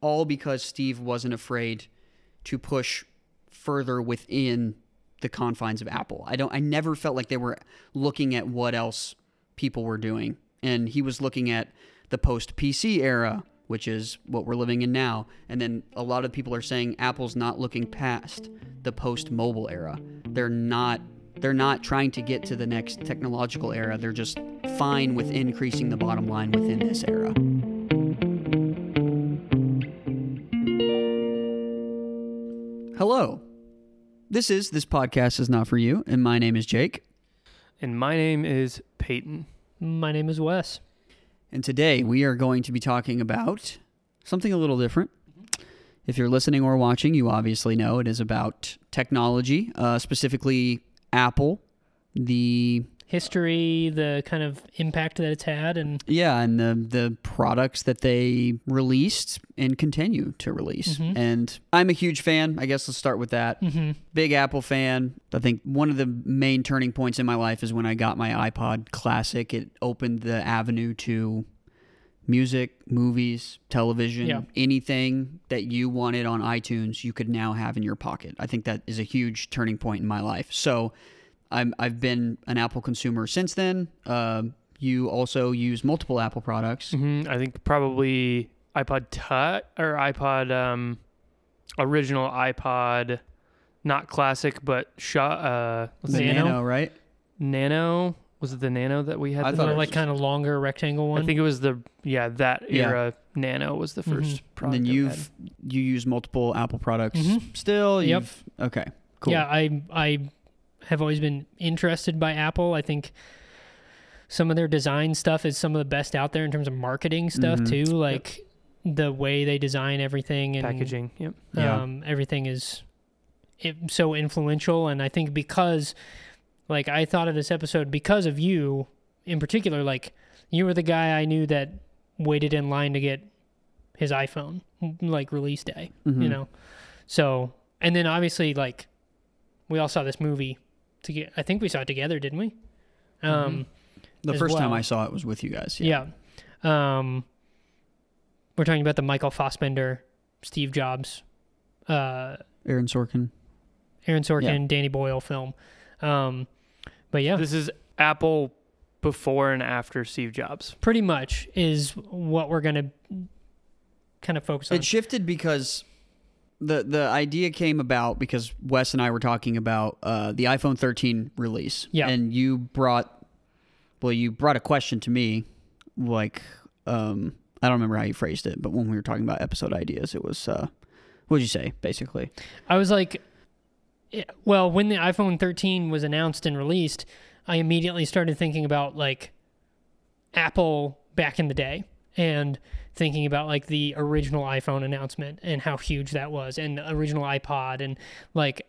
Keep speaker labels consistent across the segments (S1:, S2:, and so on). S1: all because Steve wasn't afraid to push further within the confines of Apple. I don't I never felt like they were looking at what else people were doing. And he was looking at the post PC era, which is what we're living in now. And then a lot of people are saying Apple's not looking past the post mobile era. They're not they're not trying to get to the next technological era. They're just fine with increasing the bottom line within this era. Hello. This is This Podcast Is Not For You, and my name is Jake.
S2: And my name is Peyton.
S3: My name is Wes.
S1: And today we are going to be talking about something a little different. If you're listening or watching, you obviously know it is about technology, uh, specifically Apple, the
S3: History, the kind of impact that it's had, and
S1: yeah, and the the products that they released and continue to release. And I'm a huge fan. I guess let's start with that. Big Apple fan. I think one of the main turning points in my life is when I got my iPod Classic. It opened the avenue to music, movies, television,
S3: Yeah.
S1: anything that you wanted on iTunes, you could now have in your pocket. I think that is a huge turning point in my life. So I'm, I've been an Apple consumer since then. Um you also use multiple Apple products.
S2: Mm, I think probably iPod Touch or iPod um, original iPod, not classic, but shot uh, what's
S1: The
S2: it,
S3: Nano?
S1: right?
S2: Nano was it the Nano that we had?
S1: I
S2: the
S1: thought it
S3: the,
S2: first?
S3: like kind of longer rectangle one.
S2: I think it was the yeah that
S1: Yeah. Mm-hmm.
S2: era. Nano was the 1st
S1: And
S2: product.
S1: then
S2: that we
S1: you've you use multiple Apple products
S3: Mhm.
S1: still.
S3: Yep.
S1: You've, Okay. Cool.
S3: Yeah, I I have always been interested by Apple. I think some of their design stuff is some of the best out there in terms of marketing stuff
S1: Mhm.
S3: too. Like the way they design everything
S2: had.
S3: and
S2: packaging. Yep.
S1: Yeah.
S3: um, everything is it, so influential and i think because like i thought of this episode because of you in particular like you were the guy i knew that waited in line to get his iphone like release day
S1: Mhm.
S3: you know so and then obviously like we all saw this movie to get i think we saw it together didn't we um
S1: The
S3: as
S1: first time
S3: well.
S1: I saw it was with you guys. Mm-hmm. Yeah.
S3: yeah. Um, we're talking about the Michael Fassbender, Steve Jobs, uh,
S1: Aaron Sorkin.
S3: Aaron Sorkin, Danny Boyle film. Um, but yeah,
S2: This is Apple before and after Steve Jobs.
S3: pretty much is what we're gonna kind of focus on.
S1: It shifted because the the idea came about because Wes and I were talking about uh, the iPhone 13 release.
S3: Yeah.
S1: And you brought, well, you brought a question to me, like, um, I don't remember how you phrased it, but when we were talking about episode ideas, it was, uh, what did you say basically?
S3: I was like, yeah, well, when the iPhone 13 was announced and released, I immediately started thinking about like Apple back in the day and thinking about like the original iPhone announcement and how huge that was and the original iPod and like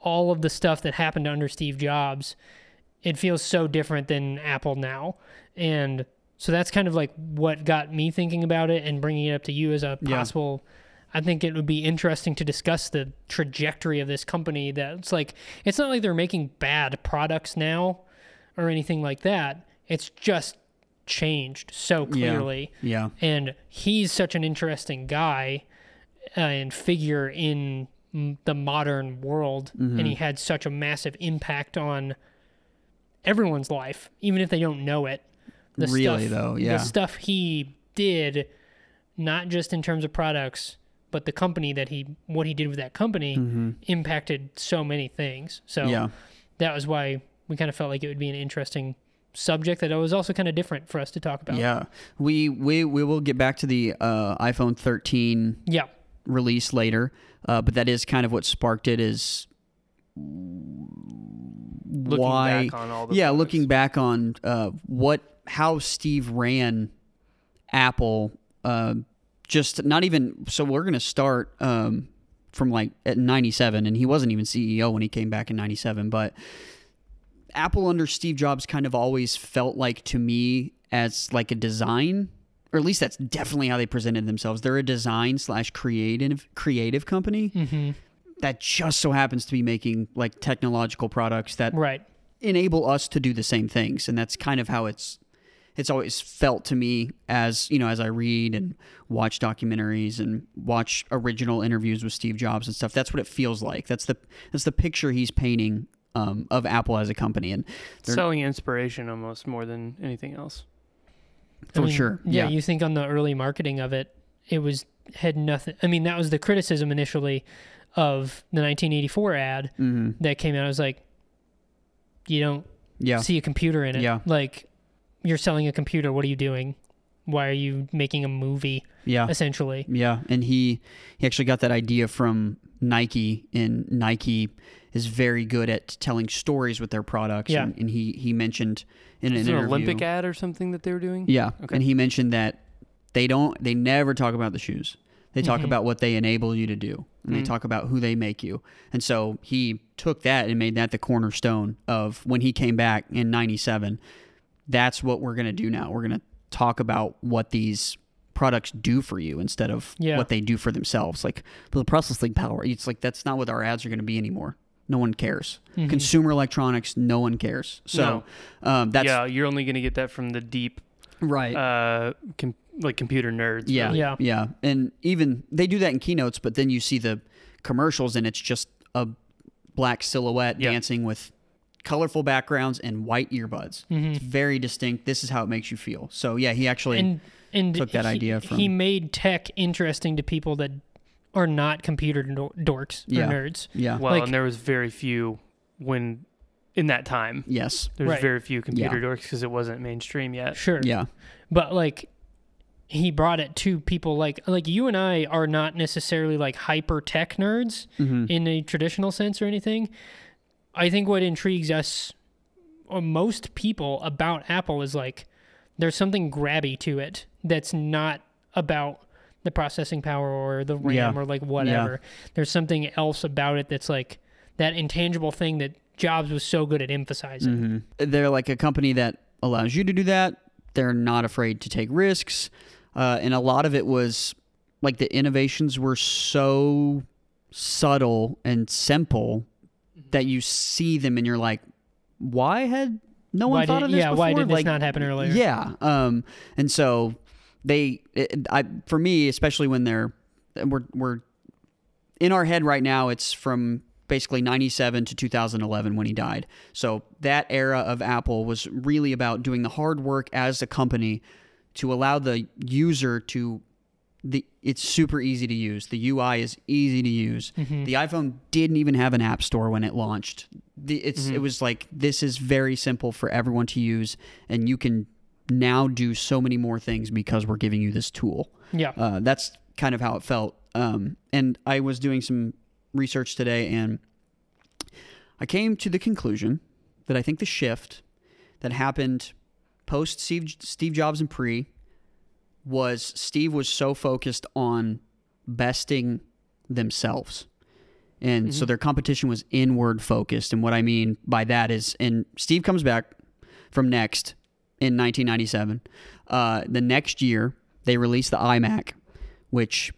S3: all of the stuff that happened under Steve Jobs. It feels so different than Apple now. And so that's kind of like what got me thinking about it and bringing it up to you as a
S1: Yeah.
S3: possible. I think it would be interesting to discuss the trajectory of this company. That it's like, it's not like they're making bad products now or anything like that. It's just changed so clearly.
S1: Yeah.
S3: And he's such an interesting guy uh, and figure in m- the modern world. And
S1: Mm-hmm.
S3: he had such a massive impact on everyone's life, even if they don't know it.
S1: Really, though, yeah.
S3: The stuff he did, not just in terms of products, but the company that he, what he did with that company, impacted so many things. So
S1: Mm-hmm. Yeah.
S3: that was why we kind of felt like it would be an interesting subject that was also kind of different for us to talk about.
S1: Yeah. We, we, we will get back to the, uh, iPhone 13
S3: Yeah.
S1: release later. Uh, but that is kind of what sparked it is
S2: Looking
S1: why
S2: back on all the
S1: yeah
S2: products.
S1: looking back on uh, what how steve ran apple uh, just not even so we're going to start um, from like at 97 and he wasn't even ceo when he came back in 97 but apple under steve jobs kind of always felt like to me as like a design or at least that's definitely how they presented themselves they're a design slash creative creative company that just so happens to be making like technological products that
S3: Right.
S1: enable us to do the same things and that's kind of how it's it's always felt to me as you know as I read and watch documentaries and watch original interviews with Steve Jobs and stuff. That's what it feels like. That's the that's the picture he's painting um, of Apple as a company, and they're-
S2: Selling inspiration almost more than anything else.
S1: for sure, yeah.
S3: you think on the early marketing of it, it was had nothing. I mean, that was the criticism initially of the 1984 ad
S2: Mm-hmm.
S1: Mhm.
S3: that came out. I was like, you don't
S1: yeah,
S3: see a computer in it.
S1: Yeah.
S3: Like, you're selling a computer. What are you doing? Why are you making a movie
S1: yeah.
S3: essentially?
S1: Yeah, and he he actually got that idea from Nike, and Nike is very good at telling stories with their products.
S3: Yeah.
S1: and, and he he mentioned in an
S2: Is it an
S1: interview,
S2: Olympic ad or something that they were doing?
S1: yeah,
S2: Okay.
S1: and he mentioned that they don't they never talk about the shoes. They talk
S3: Mhm.
S1: about what they enable you to do, and they
S2: Mm-hmm. Mm.
S1: talk about who they make you. And so he took that and made that the cornerstone of when he came back in '97. That's what we're gonna do now. We're gonna talk about what these products do for you instead of
S3: Yeah.
S1: what they do for themselves. Like the processing power. It's like that's not what our ads are gonna be anymore. No one cares.
S2: Mm-hmm.
S3: Mhm.
S1: Consumer electronics, no one cares. So um, that's
S2: yeah, you're only going to get that from the deep,
S1: right.
S2: uh, com- like computer nerds.
S1: Yeah.
S2: really.
S3: Yeah.
S1: Yeah. And even they do that in keynotes, but then you see the commercials and it's just a black silhouette
S2: Yeah.
S1: dancing with colorful backgrounds and white earbuds.
S3: Mm-hmm.
S1: It's very distinct. This is how it makes you feel. So yeah, he actually
S3: And and
S1: took that
S3: he-
S1: idea from-
S3: he made tech interesting to people that are not computer dor- dorks or
S1: Yeah.
S3: nerds.
S1: yeah.
S2: Well,
S3: Like-
S2: and there was very few when in that time.
S1: yes.
S2: There's
S3: Right.
S2: very few computer dorks because it wasn't mainstream yet.
S3: Sure.
S1: Yeah.
S3: but like he brought it to people like like you and I are not necessarily like hyper tech nerds
S1: Mm-hmm.
S3: in a traditional sense or anything. I think what intrigues us or most people about Apple is like there's something grabby to it that's not about the processing power or the RAM
S1: Yeah.
S3: or like whatever. There's something else about it that's like that intangible thing that Jobs was so good at emphasizing.
S1: Mm-hmm.
S3: Mm-hmm.
S1: They're like a company that allows you to do that. They're not afraid to take risks. Uh, and a lot of it was like the innovations were so subtle and simple
S3: Mm-hmm.
S1: that you see them and you're like, why had no one
S3: Why
S1: thought
S3: did-
S1: of this
S3: yeah,
S1: before?
S3: why did this
S1: Like,
S3: not happen earlier?
S1: Yeah. Um, and so they, it, I, for me, especially when they're, we're, we're in our head right now, it's from basically 97 to 2011 when he died. So that era of Apple was really about doing the hard work as a company to allow the user to the it's super easy to use. The UI is easy to use. The iPhone didn't even have an app store when it launched. The, it's it was like this is very simple for everyone to use and you can now do so many more things because we're giving you this tool.
S3: Yeah.
S1: Uh, that's kind of how it felt. Um, and I was doing some research today, and I came to the conclusion that I think the shift that happened post Steve, Steve Jobs and pre was Steve was so focused on besting themselves. And so their competition was inward focused. And what I mean by that is, and Steve comes back from Next in 1997. Uh, the next year, they released the iMac, which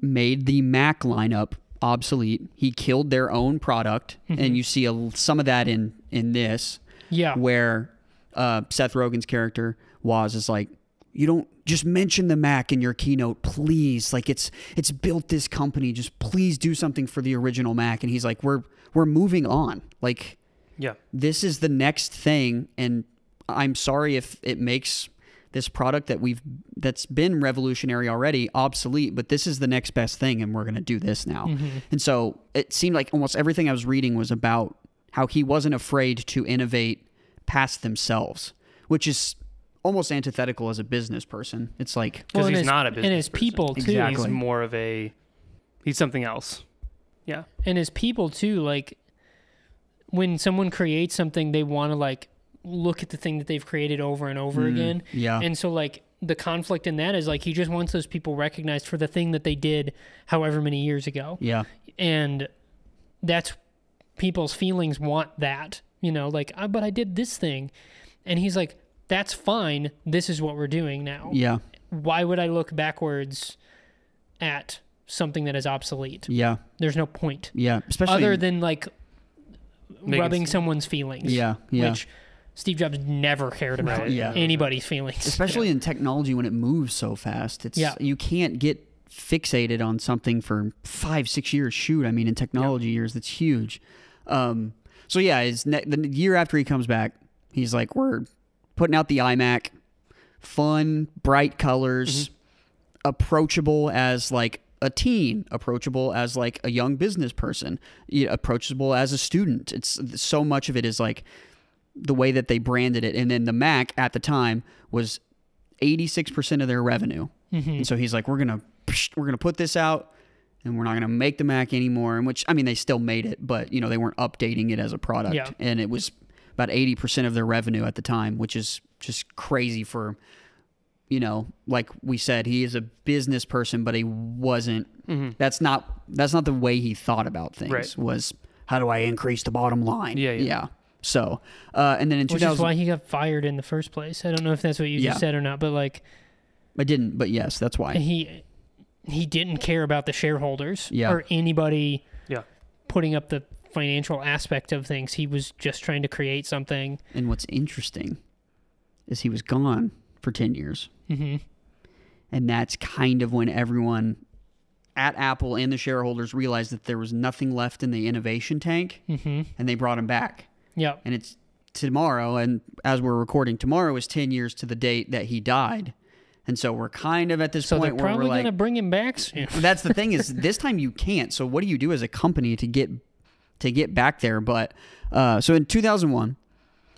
S1: made the Mac lineup obsolete. He killed their own product, and you see a, some of that in in this
S3: Yeah.
S1: where uh, Seth Rogen's character Waz is like, you don't just mention the Mac in your keynote, please. Like it's it's built this company. Just please do something for the original Mac. And he's like, we're we're moving on. Like
S2: Yeah.
S1: this is the next thing, and I'm sorry if it makes this product that we've that's been revolutionary already obsolete but this is the next best thing and we're going to do this now
S3: Mm-hmm.
S1: and so it seemed like almost everything i was reading was about how he wasn't afraid to innovate past themselves which is almost antithetical as a business person it's like
S2: Because
S3: Well, and
S2: he's
S3: his-
S2: not a
S3: and
S2: business.
S3: his
S2: person.
S3: people, too.
S1: Exactly.
S2: He's more of a. He's something else. Yeah.
S3: and as people too like when someone creates something they want to like look at the thing that they've created over and over again
S1: mm, Mm-hmm. yeah.
S3: and so like the conflict in that is like he just wants those people recognized for the thing that they did however many years ago
S1: yeah
S3: and that's people's feelings want that you know like "Ah, but i did this thing and he's like that's fine this is what we're doing now
S1: yeah
S3: why would i look backwards at something that is obsolete
S1: yeah
S3: there's no point
S1: yeah especially
S3: other than like
S2: Making
S3: rubbing
S2: s-
S3: someone's feelings.
S1: yeah yeah
S3: Which Steve Jobs never cared about
S2: Right.
S1: Yeah.
S3: anybody's feelings.
S1: especially in technology when it moves so fast. It's
S3: Yeah.
S1: you can't get fixated on something for five, six years. Shoot, I mean, in technology years, that's huge. Um, so yeah, his ne- the year after he comes back, he's like, we're putting out the iMac, fun, bright colors, approachable as like a teen, approachable as like a young business person, y- approachable as a student. It's so much of it is like the way that they branded it. And then the Mac at the time was 86% of their revenue. And so he's like, we're going to, we're going to put this out and we're not going to make the Mac anymore. And which, I mean, they still made it, but you know, they weren't updating it as a product.
S3: Yeah.
S1: And it was about 80% of their revenue at the time, which is just crazy for, you know, like we said, he is a business person, but he wasn't, that's not, that's not the way he thought about things
S2: Mm-hmm. Right.
S1: was how do I increase the bottom line?
S2: Yeah, yeah.
S1: So, uh, and then in
S3: which
S1: 2000,
S3: is why he got fired in the first place. I don't know if that's what you
S1: Yeah.
S3: just said or not, but like
S1: I didn't, but yes, that's why.
S3: he he didn't care about the shareholders
S1: Yeah.
S3: or anybody
S2: Yeah.
S3: putting up the financial aspect of things. He was just trying to create something.
S1: And what's interesting is he was gone for 10 years.
S3: Mm-hmm.
S1: And that's kind of when everyone at Apple and the shareholders realized that there was nothing left in the innovation tank
S3: Mm-hmm.
S1: and they brought him back.
S3: Yeah.
S1: And it's tomorrow. And as we're recording, tomorrow is 10 years to the date that he died. And so we're kind of at this
S3: So they're
S1: point where we're
S3: probably
S1: like,
S3: gonna bring him back soon.
S1: that's the thing is this time you can't. So what do you do as a company to get to get back there? But uh, so in 2001,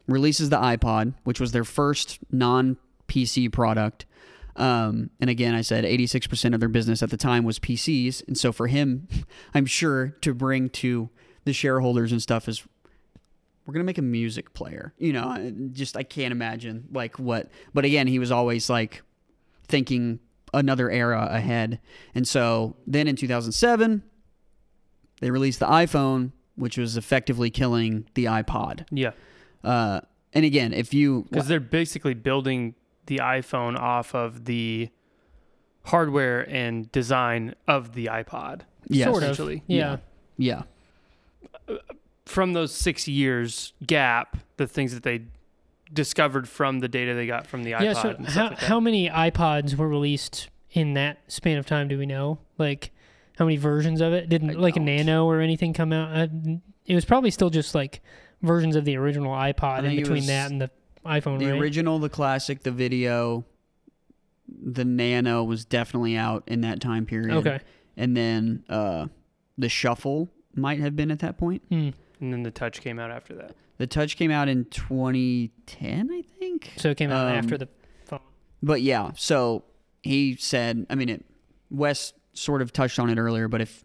S1: releases the iPod, which was their first non PC product. Um, and again, I said 86% of their business at the time was PCs. And so for him, I'm sure to bring to the shareholders and stuff is we're going to make a music player. You know, I- just I can't imagine like what. But again, he was always like thinking another era ahead. And so then in 2007, they released the iPhone, which was effectively killing the iPod.
S2: Yeah.
S1: Uh, and again, if you
S2: Because they're basically building the iPhone off of the hardware and design of the iPod.
S1: yes,
S3: sort of.
S2: essentially.
S3: Yeah.
S1: Yeah. yeah,
S2: From those six years gap, the things that they discovered from the data they got from the iPod.
S3: Yeah, so
S2: and stuff
S3: how,
S2: like that.
S3: how many iPods were released in that span of time do we know? Like, how many versions of it? Didn't,
S1: I
S3: like,
S1: don't.
S3: a nano or anything come out? I, it was probably still just, like, versions of the original iPod in
S1: think it
S3: between
S1: was
S3: that and the iPhone,
S1: the
S3: right?
S1: original, the classic, the video, the Nano was definitely out in that time period.
S3: Okay.
S1: and then uh, the Shuffle might have been at that point.
S3: Hmm.
S2: and then the touch came out after that.
S1: The Touch came out in 2010, I think.
S3: So it came out
S1: Um,
S3: after the phone.
S1: But yeah, so he said, I mean, it, Wes sort of touched on it earlier, but if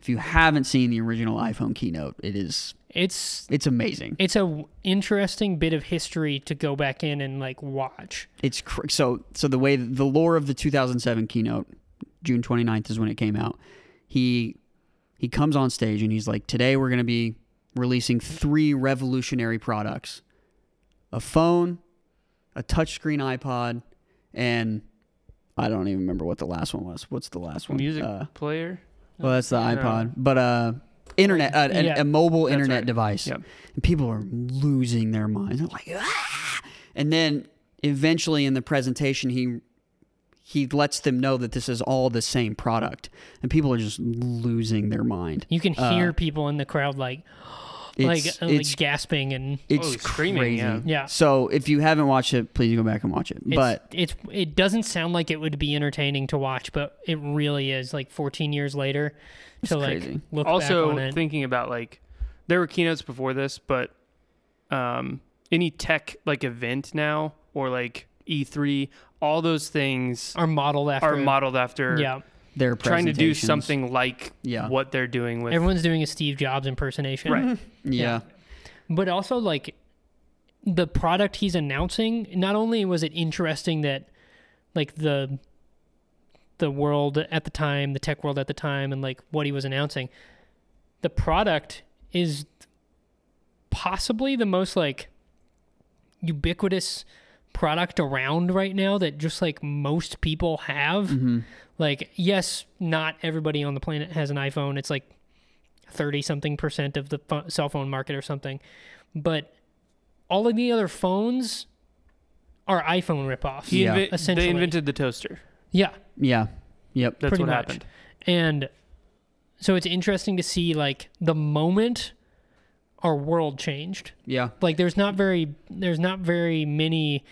S1: if you haven't seen the original iPhone keynote, it is
S3: It's
S1: it's amazing.
S3: it's a w- interesting bit of history to go back in and like watch.
S1: It's cr- so so the way the lore of the 2007 keynote, June 29th is when it came out. He he comes on stage and he's like, "Today we're going to be releasing three revolutionary products. A phone, a touchscreen iPod, and I don't even remember what the last one was. What's the last one?
S2: Music
S1: Uh,
S2: player.
S1: Well, that's the
S2: Yeah.
S1: iPod, but uh, internet, uh, an-
S3: Yeah.
S1: a mobile
S2: That's
S1: internet
S2: right.
S1: device,
S2: Yep.
S1: and people are losing their minds. They're like, "Ah!" and then eventually in the presentation, he he lets them know that this is all the same product, and people are just losing their mind.
S3: You can
S1: Uh,
S3: hear people in the crowd like like,
S1: It's
S3: uh, like
S1: it's
S3: gasping and
S1: it's
S2: Oh, screaming,
S1: crazy.
S2: yeah.
S3: Yeah.
S1: So if you haven't watched it, please go back and watch it. but
S3: it's, it's it doesn't sound like it would be entertaining to watch, but it really is. Like 14 years later, to like
S1: crazy.
S3: look back on
S2: also
S3: it.
S2: thinking about like there were keynotes before this but um any tech like event now or like e3 all those things
S3: are modeled after.
S2: are modeled after
S3: yeah,
S1: they're
S2: trying to do something like
S1: Yeah.
S2: what they're doing with
S3: everyone's doing a Steve Jobs impersonation,
S2: right
S1: Yeah.
S3: But also like the product he's announcing. Not only was it interesting that like the the world at the time, the tech world at the time, and like what he was announcing, the product is possibly the most like ubiquitous product around right now that just like most people have.
S1: Mm-hmm.
S3: Like, yes, not everybody on the planet has an iPhone. It's like 30 something percent of the pho- cell phone market or something. But all of the other phones are iPhone ripoffs.
S2: He
S1: Yeah.
S2: inven-
S3: Essentially.
S2: they invented the toaster.
S3: yeah.
S1: Yeah. Yep.
S2: That's
S3: Pretty
S2: what
S3: much.
S2: happened.
S3: And so it's interesting to see like the moment our world changed.
S1: Yeah.
S3: Like there's not very there's not very many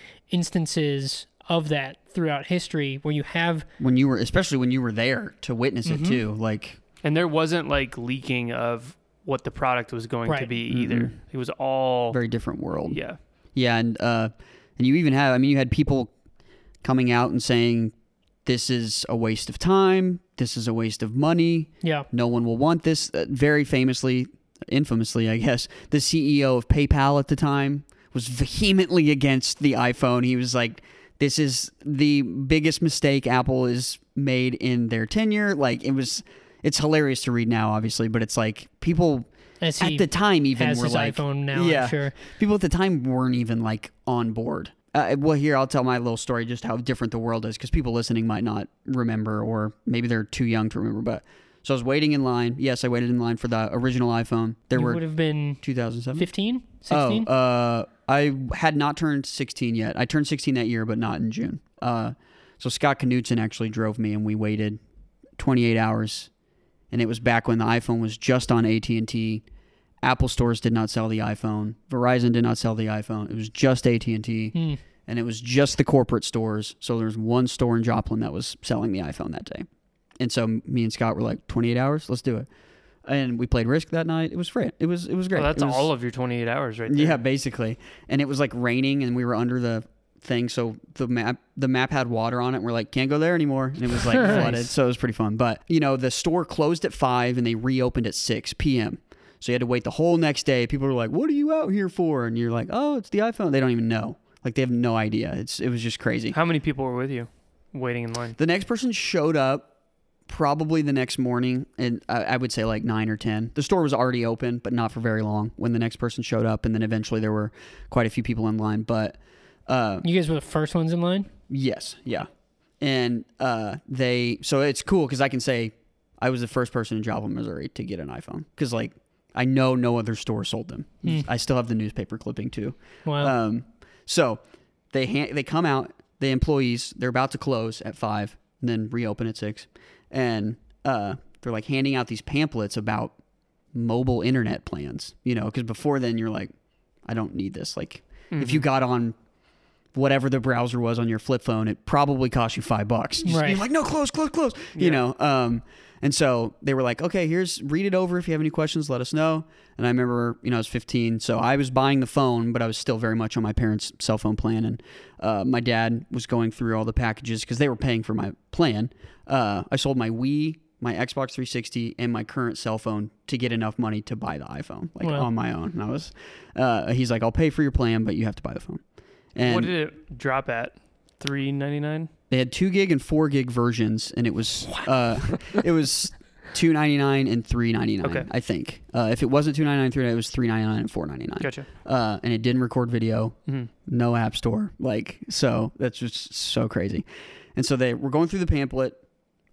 S3: instances of that throughout history where you have
S1: When you were, especially when you were there to witness it
S2: Mm-hmm.
S1: too, like
S2: And there wasn't like leaking of what the product was going to
S3: Right.
S2: be either. It was all
S1: Mm-hmm. very different world.
S2: yeah.
S1: Yeah, and uh, and you even have. I mean, you had people coming out and saying, "This is a waste of time. This is a waste of money.
S3: yeah,
S1: No one will want this." Uh, very famously, infamously, I guess, the CEO of PayPal at the time was vehemently against the iPhone. He was like, "This is the biggest mistake Apple has made in their tenure." Like, it was. It's hilarious to read now, obviously, but it's like people
S3: as he
S1: at the time even
S3: has
S1: were
S3: his
S1: like
S3: iPhone now, I'm
S1: yeah
S3: sure.
S1: people at the time weren't even like on board uh, well here i'll tell my little story just how different the world is because people listening might not remember or maybe they're too young to remember but so i was waiting in line yes i waited in line for the original iphone there
S3: you
S1: were
S3: would have been
S1: 2007
S3: 15,
S1: oh
S3: 16.
S1: uh, i had not turned 16 yet i turned 16 that year but not in june uh, so scott knudsen actually drove me and we waited 28 hours and it was back when the iphone was just on at&t apple stores did not sell the iphone verizon did not sell the iphone it was just at&t
S3: Hmm.
S1: and it was just the corporate stores so there was one store in joplin that was selling the iphone that day and so me and scott were like 28 hours let's do it and we played risk that night it was great it was it was great
S2: Well, that's
S1: It was-
S2: all of your 28 hours right there.
S1: yeah, basically. And it was like raining, and we were under the thing, so the map the map had water on it. And we're like, can't go there anymore, and it was like flooded. So it was pretty fun. But you know, the store closed at five, and they reopened at six p.m. So you had to wait the whole next day. People were like, "What are you out here for?" And you're like, "Oh, it's the iPhone." They don't even know. Like they have no idea. It's it was just crazy.
S2: How many people were with you waiting in line?
S1: The next person showed up probably the next morning, and I, I would say like nine or ten. The store was already open, but not for very long when the next person showed up, and then eventually there were quite a few people in line. But uh,
S3: You guys were the first ones in line?
S1: yes, yeah, and uh, they so it's cool because I can say I was the first person in Joplin, Missouri, to get an iPhone because like I know no other store sold them. I still have the newspaper clipping too.
S3: Wow.
S1: Um, so they han- they come out. The employees they're about to close at five, and then reopen at six, and uh, they're like handing out these pamphlets about mobile internet plans. You know, because before then you're like, I don't need this. Like, if you got on whatever the browser was on your flip phone, it probably cost you five bucks. You-
S3: Right.
S1: You're like, no, close, close, close. You know, um, and so they were like, okay, here's read it over. If you have any questions, let us know. And I remember, you know, I was 15, so I was buying the phone, but I was still very much on my parents' cell phone plan. And uh, my dad was going through all the packages because they were paying for my plan. Uh, I sold my Wii, my Xbox 360, and my current cell phone to get enough money to buy the iPhone, like
S3: Wow.
S1: on my own. And I was, uh, he's like, I'll pay for your plan, but you have to buy the phone. And
S2: what did it drop at? 3.99.
S1: they had two gig and four gig versions, and it was uh, it was two ninety nine and three ninety nine.
S2: Okay.
S1: I think uh, if it wasn't two ninety nine, three it was three ninety nine and four ninety nine.
S2: Gotcha.
S1: Uh, and it didn't record video,
S2: Mhm.
S1: no app store, like so. That's just so crazy. And so they were going through the pamphlet,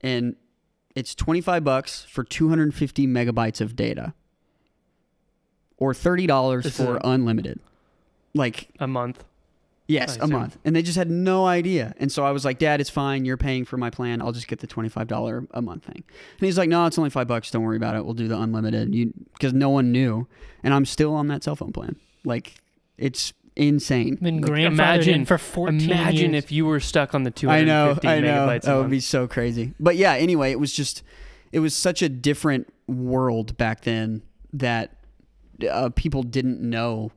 S1: and it's twenty five bucks for two hundred and fifty megabytes of data, or thirty dollars
S2: This
S1: for
S2: is-
S1: unlimited. Like
S2: A month.
S1: Yes,
S2: I
S1: a
S2: see.
S1: month. And they just had no idea. And so I was like, Dad, it's fine. You're paying for my plan. I'll just get the $25 a month thing. And he's like, No, it's only five bucks. Don't worry about it. We'll do the unlimited. You Because no one knew. And I'm still on that cell phone plan. Like, it's insane.
S3: been grandfathered
S2: Imagine
S3: in for 14
S2: Imagine
S3: years.
S2: if you were stuck on the
S1: I know.
S2: 250
S1: I know.
S2: megabytes.
S1: That
S2: a
S1: would
S2: month.
S1: be so crazy. But yeah, anyway, it was just, it was such a different world back then that uh, people didn't know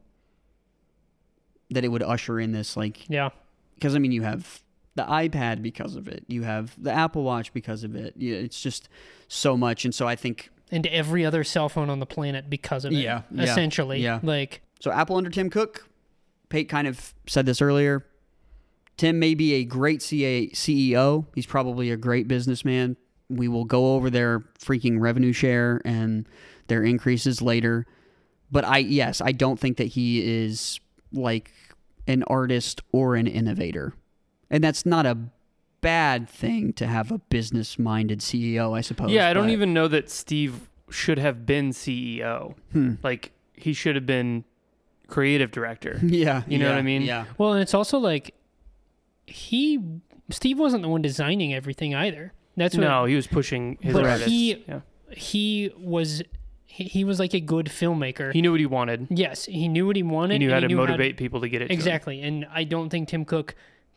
S1: that it would usher in this, like,
S3: yeah.
S1: because I mean, you have the iPad because of it, you have the Apple Watch because of it. Yeah, It's just so much, and so I think
S3: and to every other cell phone on the planet because of it.
S1: Yeah, yeah,
S3: Essentially.
S1: yeah.
S3: Like
S1: so. Apple under Tim Cook, Pate kind of said this earlier. Tim may be a great CA CEO. He's probably a great businessman. We will go over their freaking revenue share and their increases later. But I, yes, I don't think that he is like an artist or an innovator. And that's not a bad thing to have a business minded CEO, I suppose.
S2: Yeah, I don't
S1: but-
S2: even E
S1: Hmm.
S2: know that Steve should have been CEO. Like he should have been creative director.
S1: Yeah.
S2: You know what I
S1: yeah,
S2: mean?
S1: Yeah.
S3: Well, and it's also like he Steve wasn't the one designing everything either. That's what
S2: no, he was pushing his
S3: But
S2: artists.
S3: he-
S2: yeah.
S3: he was. He, he was like a good filmmaker.
S2: he knew what he wanted.
S3: yes, he knew what he wanted.
S2: He knew
S3: and
S2: how to motivate people to get it. to him.
S3: exactly, and I don't think Tim Cook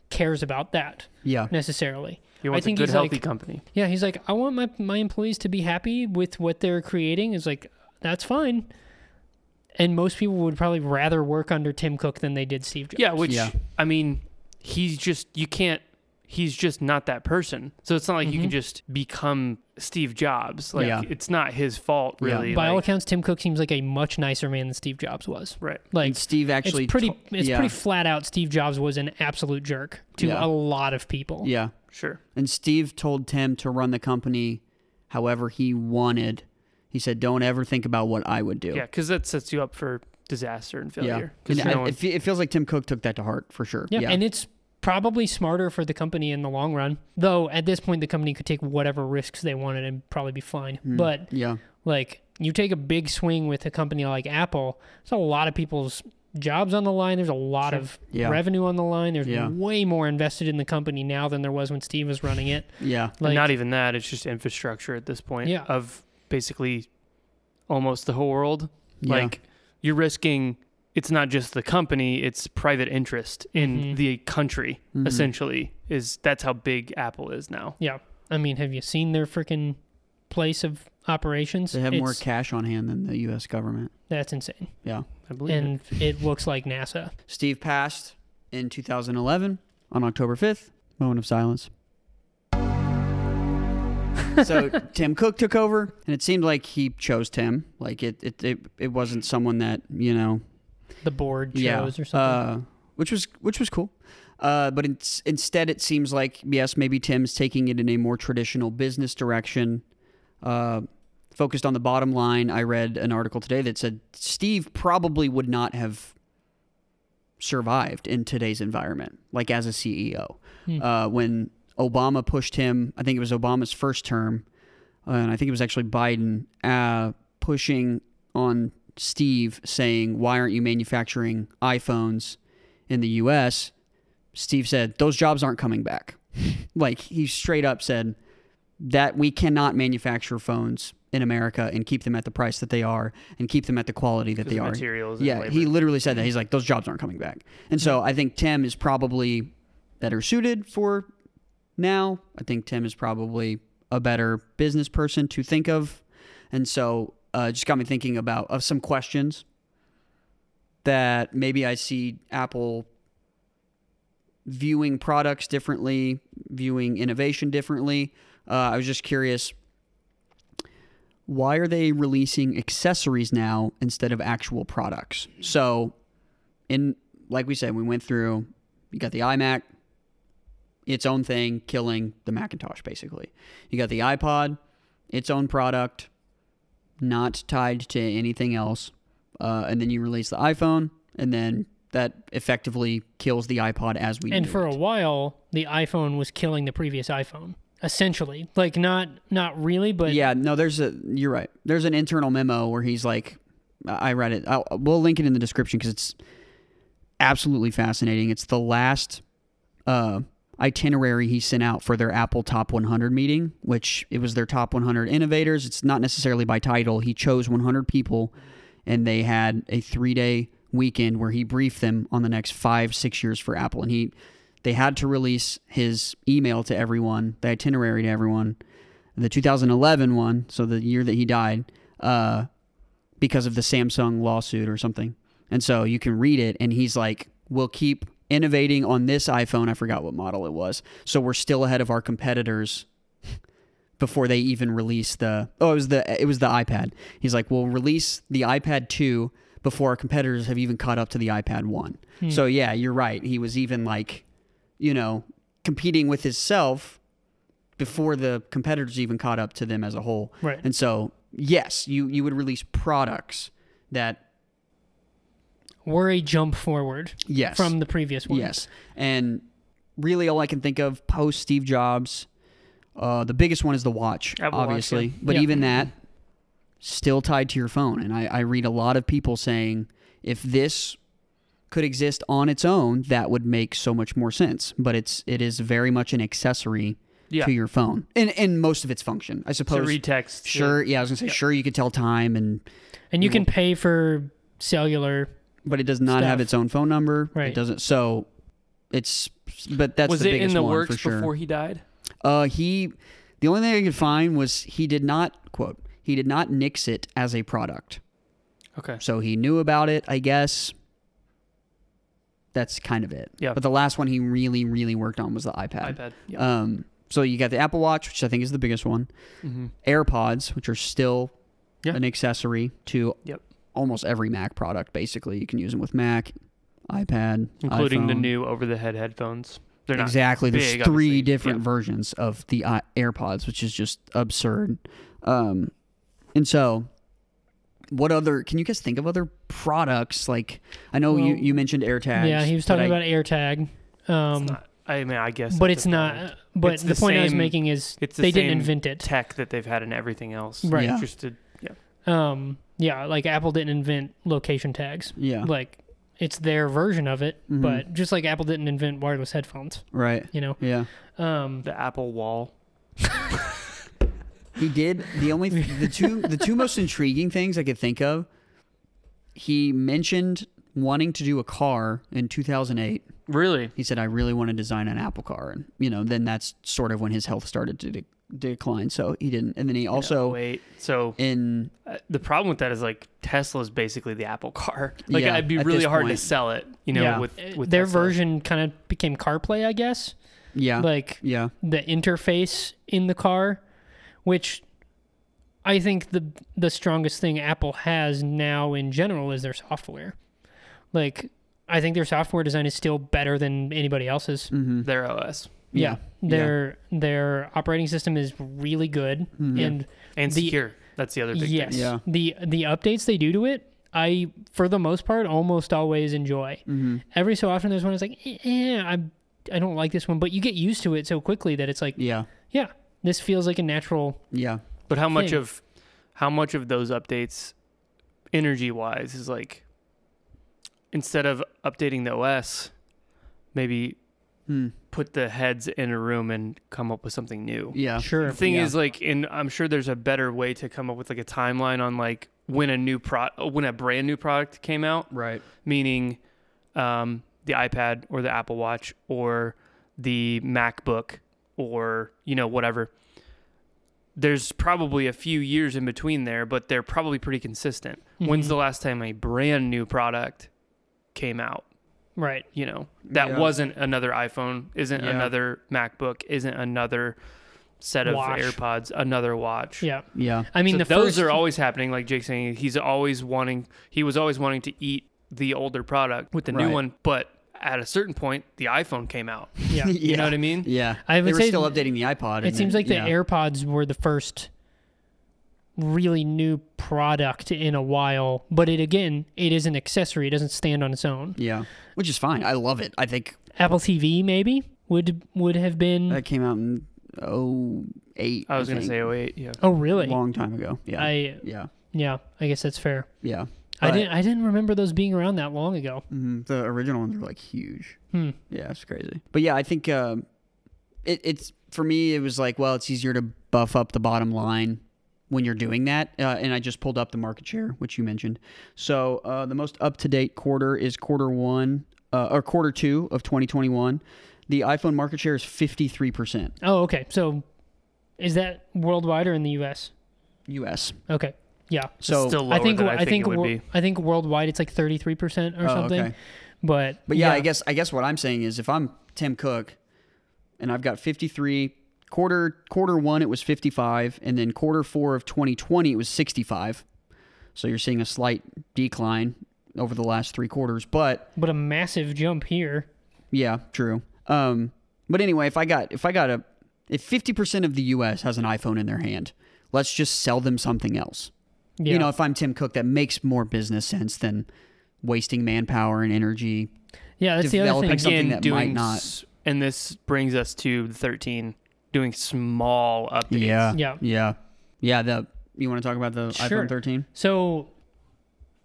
S3: cares about that
S1: Yeah.
S3: necessarily.
S2: He wants
S3: I
S2: a
S3: think
S2: good,
S3: he's
S2: healthy
S3: like-
S2: company.
S3: Yeah, he's like, I want my my employees to be happy with what they're creating. It's like that's fine. And most people would probably rather work under Tim Cook than they did Steve Jobs.
S2: Yeah, which
S1: Yeah.
S2: I mean, he's just you can't. He's just not that person. So it's not like you
S3: Mm-hmm.
S2: can just become Steve Jobs. Like
S1: Yeah.
S2: it's not his fault,
S1: Yeah.
S2: really.
S3: By all
S2: like-
S3: accounts, Tim Cook seems like a much nicer man than Steve Jobs was.
S2: right.
S3: Like
S1: And Steve actually.
S3: it's pretty
S1: to-
S3: it's
S1: yeah,
S3: pretty flat out Steve Jobs was an absolute jerk to
S1: Yeah.
S3: a lot of people.
S1: yeah.
S2: Sure.
S1: And Steve told Tim to run the company however he wanted. He said, "Don't ever think about what I would do."
S2: Yeah, because that sets you up for disaster and
S1: Yeah.
S2: failure. 'Cause
S1: And
S2: no
S1: I-
S2: one-
S1: it, fe- it feels like Tim Cook took that to heart for sure.
S3: Yeah.
S1: Yeah.
S3: And it's probably smarter for the company in the long run. Though at this point the company could take whatever risks they wanted and probably be fine.
S1: Hmm.
S3: But
S1: yeah.
S3: like you take a big swing with a company like Apple, it's a lot of people's jobs on the line. There's a lot of
S1: Yeah.
S3: revenue on the line. There's
S1: Yeah.
S3: way more invested in the company now than there was when Steve was running it.
S1: Yeah.
S2: and
S3: Like
S2: not even that. It's just infrastructure at this point
S3: Yeah.
S2: of basically almost the whole world.
S1: Yeah.
S2: Like you're risking. It's not just the company; it's private interest in
S3: Mhm.
S2: the country.
S1: Mm-hmm.
S2: Essentially, is that's how big Apple is now.
S3: yeah, I mean, have you seen their freaking place of operations?
S1: They have more
S3: It's-
S1: cash on hand than the U.S. government.
S3: that's insane,
S1: Yeah.
S2: I believe. it.
S3: and it looks like NASA.
S1: Steve passed in 2011 on October 5th. Moment of silence. so Tim Cook took over, and it seemed like he chose Tim. Like it, it, it, it wasn't someone that you know
S3: The board chose
S1: yeah,
S3: or something.
S1: Uh, which was which was cool. Uh, but in, instead, it seems like yes, maybe Tim's taking it in a more traditional business direction, uh, focused on the bottom line. I read an article today that said Steve probably would not have survived in today's environment, like as a CEO.
S3: Hmm.
S1: Uh, when Obama pushed him, I think it was Obama's first term, uh, and I think it was actually Biden uh, pushing on Steve saying, "Why aren't you manufacturing iPhones in the U.S.?" Steve said, "Those jobs aren't coming back." like he straight up said that we cannot manufacture phones in America and keep them at the price that they are and keep them at the quality that they
S2: the
S1: are.
S2: materials and
S1: Yeah,
S2: labor. Mm-hmm.
S1: he literally said that. He's like, "Those jobs aren't coming back." And so I think Tim is probably better suited for now. I think Tim is probably a better business person to think of. And so uh, it just got me thinking about of some questions that maybe I see Apple viewing products differently, viewing innovation differently. Uh, I was just curious. Why are they releasing accessories now instead of actual products? So, in like we said, we went through. You got the iMac, its own thing, killing the Macintosh basically. You got the iPod, its own product, not tied to anything else. Uh, and then you release the iPhone, and then that effectively kills the iPod as we
S3: and
S1: knew
S3: for
S1: it.
S3: a while, the iPhone was killing the previous iPhone, essentially. Like not not really, but
S1: yeah no there's a you're right there's an internal memo where he's like i I read it I'll, we'll link it in the description because it's absolutely fascinating it's the last uh, itinerary he sent out for their apple top 100 meeting which it was their top 100 innovators it's not necessarily by title he chose 100 people and they had a three day weekend where he briefed them on the next five six years for apple and he they had to release his email to everyone the itinerary to everyone the 2011 one, so the year that he died, uh, because of the Samsung lawsuit or something. And so you can read it, and he's like, "We'll keep innovating on this iPhone. I forgot what model it was. So we're still ahead of our competitors." Before they even release the oh, it was the it was the iPad. He's like, "We'll release the iPad two before our competitors have even caught up to the iPad one." So yeah, you're right. He was even like, you know, competing with himself before the competitors even caught up to them as a whole.
S3: Right.
S1: And so, yes, you you would release products that
S3: we're a jump forward
S1: yes
S3: from the previous one.
S1: yes, and really all I can think of post Steve Jobs, uh, the biggest one is the watch,
S2: Apple Watch,
S1: obviously,
S2: yeah.
S1: but
S3: Yeah.
S1: even that still tied to your phone. And I, I read a lot of people saying if this could exist on its own, that would make so much more sense. But it's it is very much an accessory
S2: Yeah.
S1: to your phone, and and most of its function, I
S2: to
S1: suppose.
S2: retext.
S1: sure, yeah, I was gonna say sure you could tell time, and
S3: and you can pay for cellular.
S1: but it does not have
S3: Stuff.
S1: its own phone number.
S3: Right.
S1: It doesn't. So it's but that's
S2: was
S1: the
S2: it
S1: biggest
S2: in the
S1: one
S2: works
S1: for sure.
S2: before he died?
S1: Uh, he, the only thing I could find was he did not quote he did not nix it as a product,
S2: Okay.
S1: so he knew about it. I guess that's kind of it.
S2: Yeah.
S1: But the last one he really, really worked on was the iPad.
S2: iPad. Yeah.
S1: Um. So you got the Apple Watch, which I think is the biggest one.
S2: mm-hmm.
S1: AirPods, which are still
S2: Yeah.
S1: an accessory to
S2: Yep.
S1: almost every Mac product. Basically, you can use them with Mac, iPad,
S2: Including the
S1: iPhone.
S2: new over-the-head headphones. They're not
S1: exactly. There's
S2: big,
S1: three
S2: obviously.
S1: different
S2: Yeah.
S1: versions of the i- AirPods, which is just absurd. Um, and so, what other? Can you guys think of other products? Like I know you
S3: Well,
S1: you mentioned AirTags.
S3: yeah, he was
S1: but
S3: talking
S1: I-
S3: about AirTag. Um,
S2: It's not- I mean, I guess,
S3: but
S2: a
S3: it's not.
S2: product.
S3: But
S2: It's
S3: the,
S2: the
S3: point I was
S2: same-
S3: making is
S2: It's the
S3: they didn't
S2: same
S3: invent it.
S2: tech that they've had in everything else.
S3: Right.
S1: Yeah.
S2: Just to-
S3: Um, yeah, like Apple didn't invent location tags.
S1: Yeah.
S3: Like it's their version of it,
S2: Mm-hmm.
S1: Mhm.
S3: but just like Apple didn't invent wireless headphones,
S1: right.
S3: you know.
S1: Yeah.
S3: Um,
S2: the Apple Wall.
S1: He did the only the two the two most intriguing things I could think of. He mentioned wanting to do a car in 2008.
S2: Really?
S1: He said I really want to design an Apple car, and you know, then that's sort of when his health started to de- decline. So he didn't, and then he also.
S2: wait. So
S1: in
S2: uh, the problem with that is like Tesla's basically the Apple car. Like
S1: Yeah,
S2: it'd be
S1: at
S2: really
S1: this
S2: hard
S1: point.
S2: to sell it, you know,
S3: yeah,
S2: with
S3: uh,
S2: with
S3: their
S2: Tesla.
S3: version kind of became CarPlay, I guess.
S1: yeah
S3: Like
S1: yeah
S3: the interface in the car, which I think the the strongest thing Apple has now in general is their software. Like I think their software design is still better than anybody else's.
S1: mm-hmm.
S2: Their OS
S1: Yeah.
S3: Yeah.
S1: Yeah. Mm-hmm.
S3: Their their operating system is really good and
S2: and
S3: The-
S2: secure. That's the other big
S3: yes.
S2: thing.
S1: Yeah.
S3: The the updates they do to it, I for the most part almost always enjoy.
S1: Mm-hmm.
S3: Every so often there's one that's like, eh, eh, I I don't like this one, but you get used to it so quickly that it's like,
S1: yeah
S3: yeah, this feels like a natural
S1: yeah
S2: But how much
S3: thing.
S2: of how much of those updates, energy wise, is like instead of updating the OS, maybe
S1: Hmm.
S2: put the heads in a room and come up with something new.
S1: yeah
S3: sure.
S2: The thing
S1: Yeah.
S2: is, like, and I'm sure there's a better way to come up with like a timeline on like when a new pro when a brand new product came out,
S1: right
S2: meaning um, the iPad or the Apple Watch or the MacBook or you know whatever. There's probably a few years in between there, but they're probably pretty consistent. When's
S1: Mm-hmm.
S2: the last time a brand new product came out?
S3: Right.
S2: you know that
S1: Yeah.
S2: wasn't another iphone isn't
S1: Yeah.
S2: another macbook isn't another set of
S3: Watch.
S2: airpods another watch
S3: Yeah.
S1: yeah
S3: I mean,
S2: So
S3: the
S2: those
S3: first,
S2: are always happening like jake's saying he's always wanting he was always wanting to eat the older product with the
S1: Right.
S2: new one but at a certain point the iphone came out
S3: Yeah.
S1: yeah.
S2: you know what i mean
S1: yeah
S3: I would
S1: they were
S3: say
S1: still updating the iPod and
S3: It seems
S1: then-
S3: like the
S1: yeah.
S3: AirPods were the first really new product in a while, but it again, it is an accessory. It doesn't stand on its own.
S1: yeah which is fine I love it I think
S3: Apple TV maybe would would have been.
S1: that came out in oh eight
S2: i was gonna
S1: think.
S2: say oh wait yeah
S3: oh really?
S1: long time ago yeah
S3: I
S1: yeah
S3: yeah. I guess that's fair.
S1: yeah
S3: I
S1: But-
S3: didn't I didn't remember those being around that long ago.
S1: Mhm. the original ones were like huge
S3: Hmm.
S1: yeah it's crazy but yeah I think um, it, it's for me it was like well it's easier to buff up the bottom line when you're doing that. Uh, and I just pulled up the market share, which you mentioned. So uh, the most up to date quarter is quarter one uh, or quarter two of 2021. The iPhone market share is 53%
S3: Oh okay. So is that worldwide or in the U.S.?
S1: US.
S3: Okay. Yeah.
S1: So,
S2: still lower
S3: I think
S2: than
S3: wo-
S2: i think, it would
S3: wo-
S2: be
S3: I think worldwide it's like thirty three percent or
S1: Oh,
S3: something.
S1: okay.
S3: But
S1: but yeah, I guess I guess what I'm saying is if I'm Tim Cook and I've got 53 quarter quarter one it was 55 and then quarter four of 2020 it was 65. So you're seeing a slight decline over the last three quarters, but
S3: but a massive jump here.
S1: Yeah, true. Um, but anyway, if I got if I got a if fifty percent of the U.S. has an iPhone in their hand, let's just sell them something else.
S3: Yeah.
S1: You know, if I'm Tim Cook, that makes more business sense than wasting manpower and energy.
S3: yeah, that's the other
S1: developing
S3: thing.
S1: something
S2: again
S1: that might
S2: doing
S1: not-
S2: s- and this brings us to 13 doing small updates
S1: Yeah,
S3: Yeah.
S1: yeah, yeah. The you want to talk about the
S3: Sure.
S1: iPhone 13?
S3: So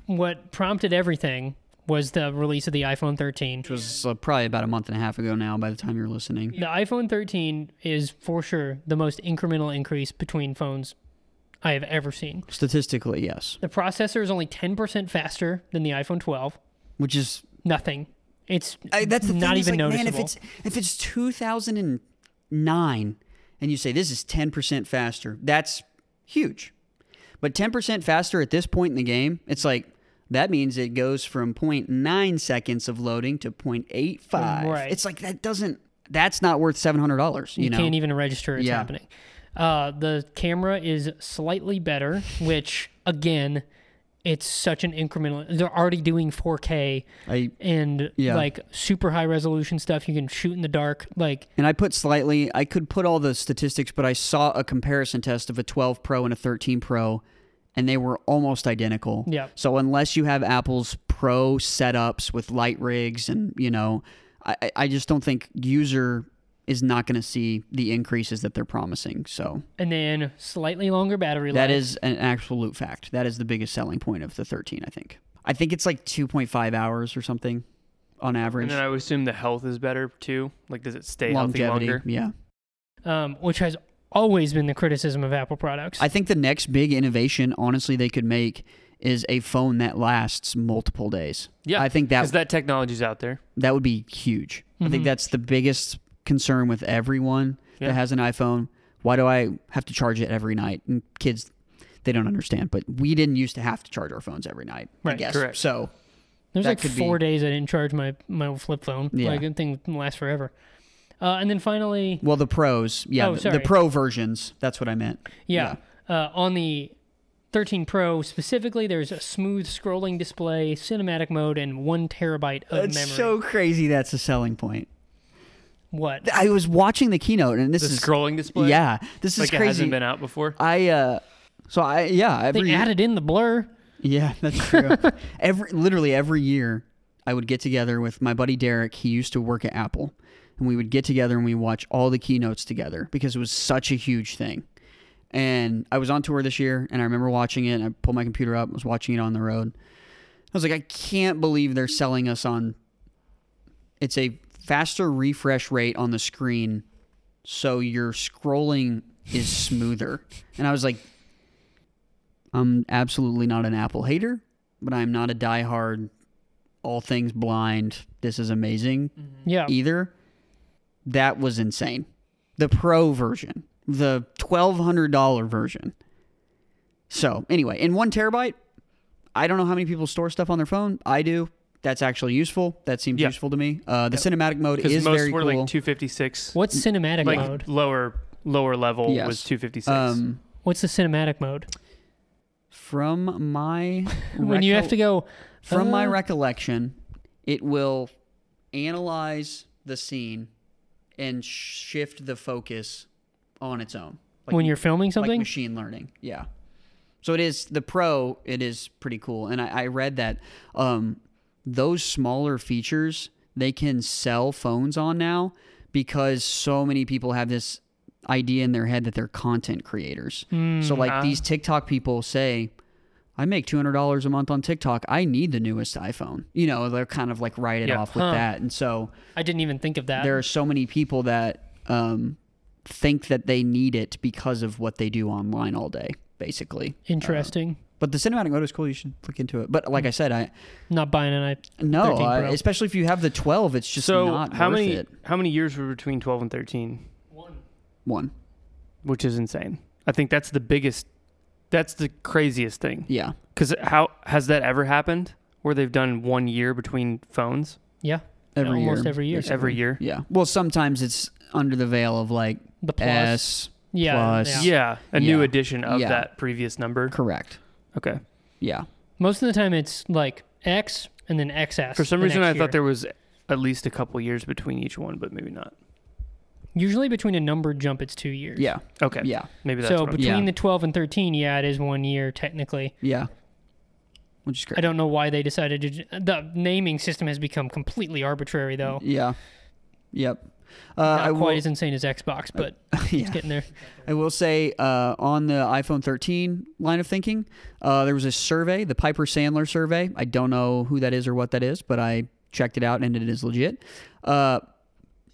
S3: what prompted everything was the release of the iPhone 13.
S1: Which was uh, probably about a month and a half ago now by the time you're listening.
S3: The iPhone 13 is for sure the most incremental increase between phones I have ever seen.
S1: Statistically, yes.
S3: The processor is only 10% faster than the iPhone 12.
S1: Which is
S3: Nothing. It's
S1: I, that's the
S3: not
S1: thing, it's
S3: even
S1: like, man, if
S3: noticeable.
S1: it's if it's 2009 and you say this is 10% faster, that's huge. But 10% faster at this point in the game, it's like that means it goes from 0.9 seconds of loading to 0.85.
S3: Right.
S1: It's like that doesn't that's not worth $700, you,
S3: you
S1: know.
S3: can't e- even register it's
S1: Yeah.
S3: happening. Uh, the camera is slightly better, which again, it's such an incremental. They're already doing 4K
S1: I
S3: and
S1: Yeah.
S3: like super high resolution stuff. You can shoot in the dark. Like
S1: And I put slightly, I could put all the statistics, but I saw a comparison test of a 12 Pro and a 13 Pro, and they were almost identical.
S3: Yeah.
S1: So unless you have Apple's Pro setups with light rigs, and you know, I, I- I just don't think user is not going to see the increases that they're promising. So
S3: and then slightly longer battery life.
S1: that is an absolute fact. That is the biggest selling point of the 13. I think. I think it's like 2.5 hours or something on average.
S2: And then I would assume the health is better too. Like, does it stay
S1: Longevity.
S2: healthy longer?
S1: Yeah.
S3: um, which has always been the criticism of Apple products.
S1: I think the next big innovation, honestly, they could make is a phone that lasts multiple days.
S2: Yeah,
S1: I think
S2: Because
S1: that
S2: that technology's out there.
S1: that would be huge. I think
S3: Mhm.
S1: that's the biggest concern with everyone
S2: Yeah.
S1: that has an iPhone. Why do I have to charge it every night? And kids, they don't understand. But we didn't used to have to charge our phones every night. I
S3: Right,
S1: guess.
S2: correct.
S1: So
S3: There's
S1: That
S3: like
S1: could
S3: four
S1: be-
S3: days I didn't charge my my old flip phone.
S1: Yeah.
S3: Like that thing lasts forever. Uh, and then finally,
S1: well, the pros, yeah,
S3: Oh,
S1: the,
S3: sorry.
S1: the pro versions. That's what I meant.
S3: yeah, Uh, on the 13 Pro specifically, there's a smooth scrolling display, cinematic mode, and one terabyte of
S1: It's
S3: memory.
S1: so crazy. That's a selling point.
S3: what?
S1: I was watching the keynote, and this
S2: The
S1: is
S2: scrolling display.
S1: yeah, this
S2: Like
S1: is
S2: it
S1: crazy.
S2: hasn't been out before.
S1: I uh so I yeah,
S3: They
S1: every
S3: added in the blur.
S1: Yeah, that's true. every literally every year I would get together with my buddy Derek, he used to work at Apple, and we would get together and we watch all the keynotes together because it was such a huge thing. And I was on tour this year and I remember watching it and I pulled my computer up, was watching it on the road. I was like, I can't believe they're selling us on it's a faster refresh rate on the screen so your scrolling is smoother. And I was like, I'm absolutely not an Apple hater, but I'm not a diehard, all things blind, this is amazing
S2: Mm-hmm.
S3: Yeah.
S1: either. That was insane. The pro version, the $1,200 version. So, anyway, in one terabyte, I don't know how many people store stuff on their phone. I do. That's actually useful. That seems
S2: Yeah.
S1: useful to me. Uh, the cinematic mode
S2: Because
S1: is
S2: most
S1: very
S2: were
S1: cool.
S2: like 256.
S3: What's cinematic
S2: Like
S3: mode?
S2: lower lower level
S1: Yes.
S2: was 256.
S1: um,
S3: What's the cinematic mode?
S1: from my
S3: when you have
S1: recol-
S3: to go
S1: from my
S3: Uh.
S1: recollection, it will analyze the scene and shift the focus on its own. Like
S3: when you're filming
S1: like
S3: something.
S1: machine learning. Yeah. So it is the pro. It is pretty cool, and I, I read that um, those smaller features they can sell phones on now because so many people have this idea in their head that they're content creators. so like
S2: ah.
S1: these TikTok people say, "I make two hundred dollars a month on TikTok. I need the newest iPhone." You know, they're kind of like write it
S2: Yeah.
S1: off with
S3: Huh.
S1: that, and so
S3: I didn't even think of that.
S1: there are so many people that um, think that they need it because of what they do online all day, basically.
S3: Interesting.
S1: But the cinematic mode is cool. You should look into it. But like I said, I
S3: Not buying an i.
S1: no,
S3: 13
S1: I-
S3: Pro.
S1: especially if you have the 12, it's just
S2: so
S1: not
S2: how
S1: worth
S2: many
S1: it.
S2: how many years were between 12 and 13?
S1: One,
S2: Which is insane. I think that's the biggest. That's the craziest thing.
S1: yeah,
S2: Because how has that ever happened? Where they've done one year between phones
S3: Yeah.
S1: every
S3: Almost
S1: year,
S3: every year.
S1: basically.
S2: every year?
S1: Yeah. Well, sometimes it's under the veil of like
S3: The plus.
S1: S.
S3: yeah.
S1: plus.
S3: yeah.
S2: Yeah, a new
S1: Yeah.
S2: edition of
S1: Yeah.
S2: that previous number.
S1: Correct.
S2: Okay.
S1: Yeah.
S3: Most of the time, it's like X and then XS.
S2: For some
S3: the
S2: reason, I
S3: next year.
S2: thought there was at least a couple years between each one, but maybe not.
S3: usually between a number jump, it's two years.
S1: Yeah.
S2: Okay.
S1: Yeah.
S2: Maybe that's
S3: So
S2: what I'm-
S3: between
S1: Yeah.
S3: the 12 and 13, yeah, it is one year technically.
S1: Yeah. Which is great.
S3: I don't know why they decided to. The naming system has become completely arbitrary, though.
S1: Yeah. Yep. Uh,
S3: Not
S1: I
S3: quite
S1: will,
S3: as insane as Xbox, but it's
S1: yeah.
S3: getting there.
S1: I will say uh, on the iPhone 13 line of thinking, uh, there was a survey, the Piper Sandler survey. I don't know who that is or what that is, but I checked it out and it is legit. Uh,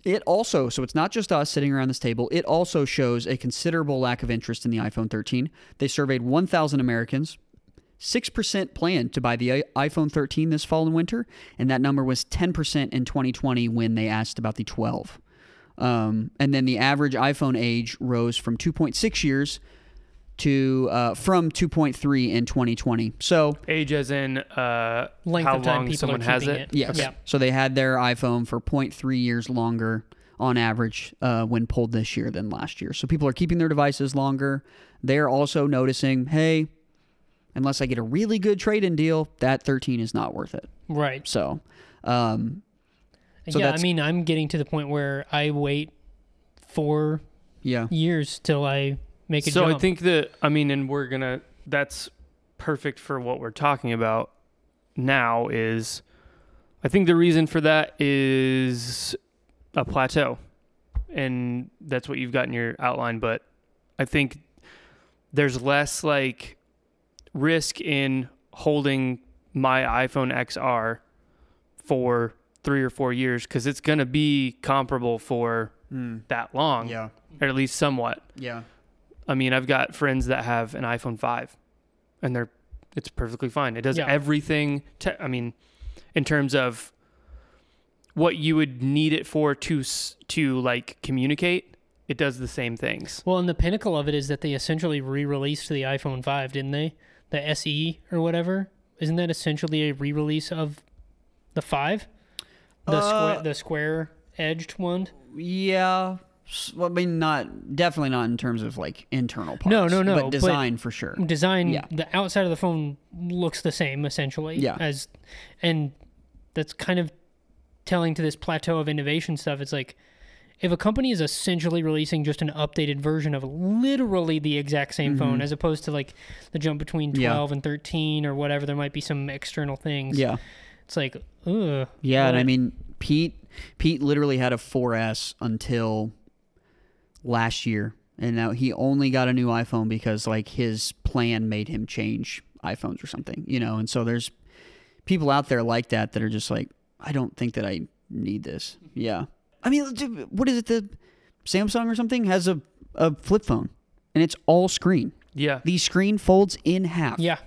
S1: it also, so it's not just us sitting around this table, it also shows a considerable lack of interest in the iPhone 13. They surveyed 1,000 Americans. 6% plan to buy the i- iPhone 13 this fall and winter, and that number was 10% in 2020 when they asked about the 12. Um, and then the average iPhone age rose from 2.6 years to uh, from 2.3 in 2020. So
S2: Age as in uh,
S3: Length
S2: how
S3: of time
S2: long
S3: people
S2: someone
S3: are
S2: has
S3: keeping
S2: it.
S3: it.
S1: yes,
S3: Yeah.
S1: so they had their iPhone for 0.3 years longer on average uh, when pulled this year than last year. So people are keeping their devices longer. They're also noticing, hey, unless I get a really good trade-in deal, that 13 is not worth it.
S3: Right.
S1: So. Um, So
S3: yeah, I
S1: that's-
S3: mean, I'm getting to the point where I wait four
S1: yeah.
S3: years till I make a
S2: so
S3: jump.
S2: I think that I mean, and we're gonna. That's perfect for what we're talking about now. Is I think the reason for that is a plateau, and that's what you've got in your outline. But I think there's less like risk in holding my iPhone XR for three or four years because it's gonna be comparable for that long,
S1: Hmm. Yeah.
S2: or at least somewhat.
S1: Yeah.
S2: I mean, I've got friends that have an iPhone 5 and they're it's perfectly fine. It does
S3: Yeah.
S2: everything te- I mean, in terms of what you would need it for to s- to like communicate, it does the same things.
S3: Well, and the pinnacle of it is that they essentially re-released the iPhone 5, didn't they? The SE or whatever. Isn't that essentially a re-release of the 5? The
S1: Uh,
S3: square the square edged one?
S1: Yeah. S- Well, I mean, not definitely not in terms of like internal parts.
S3: No, no, no,
S1: But
S3: but-
S1: design for sure.
S3: Design
S1: yeah.
S3: the outside of the phone looks the same essentially
S1: Yeah.
S3: as and that's kind of telling to this plateau of innovation stuff. It's like if a company is essentially releasing just an updated version of literally the exact same phone as opposed to like the jump between
S1: Mm-hmm. Yeah.
S3: 12 and 13 or whatever there might be some external things
S1: Yeah,
S3: it's like ugh
S1: yeah, and I
S3: Right.
S1: mean, Pete, Pete literally had a 4S until last year, and now he only got a new iPhone because like his plan made him change iPhones or something, you know. And so there's people out there like that that are just like, I don't think that I need this. Yeah, I mean, dude, what is it? The Samsung or something has a a flip phone, and it's all screen.
S2: Yeah.
S1: the screen folds in half.
S3: yeah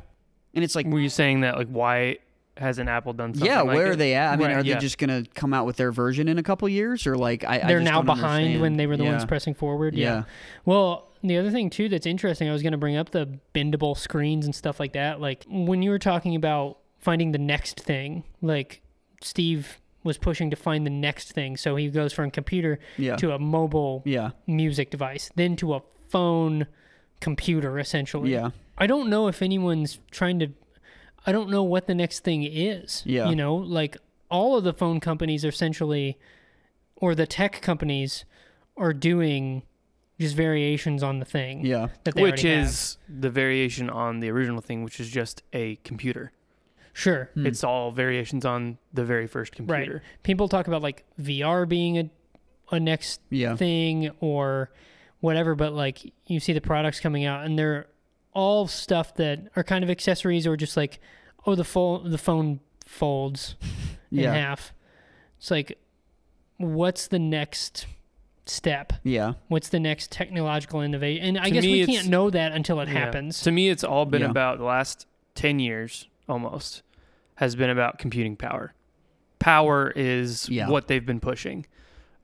S1: And it's like,
S2: Were you saying that like why hasn't Apple done something
S1: yeah,
S2: like
S1: where
S2: it?
S1: are they at? I mean,
S2: Right,
S1: are
S2: yeah.
S1: they just going to come out with their version in a couple years or like I I
S3: they're
S1: just
S3: now
S1: don't
S3: behind
S1: understand.
S3: when they were the
S1: Yeah.
S3: ones pressing forward yeah.
S1: Yeah.
S3: well the other thing too that's interesting i was going to bring up the bendable screens and stuff like that like when you were talking about finding the next thing like steve was pushing to find the next thing so he goes from computer
S1: Yeah.
S3: to a mobile
S1: Yeah.
S3: music device then to a phone computer essentially
S1: Yeah.
S3: I don't know if anyone's trying to. I don't know what the next thing is.
S1: Yeah.
S3: You know, like all of the phone companies are essentially, or the tech companies are doing just variations on the thing.
S1: Yeah.
S3: That they
S2: which
S3: already have.
S2: is the variation on the original thing, which is just a computer.
S3: sure.
S2: It's all variations on the very first
S3: Hmm. Right.
S2: computer.
S3: People talk about like VR being a, a next
S1: Yeah.
S3: thing or whatever, but like you see the products coming out and they're all stuff that are kind of accessories or just like, oh, the, fo- the phone folds. in
S1: Yeah.
S3: half. It's like, what's the next step?
S1: Yeah.
S3: What's the next technological innovation? And I
S2: To
S3: guess
S2: me,
S3: we
S2: it's-
S3: can't know that until it
S2: Yeah.
S3: happens.
S2: To me, it's all been
S1: Yeah.
S2: about the last 10 years almost has been about computing power. Power is
S1: Yeah.
S2: what they've been pushing.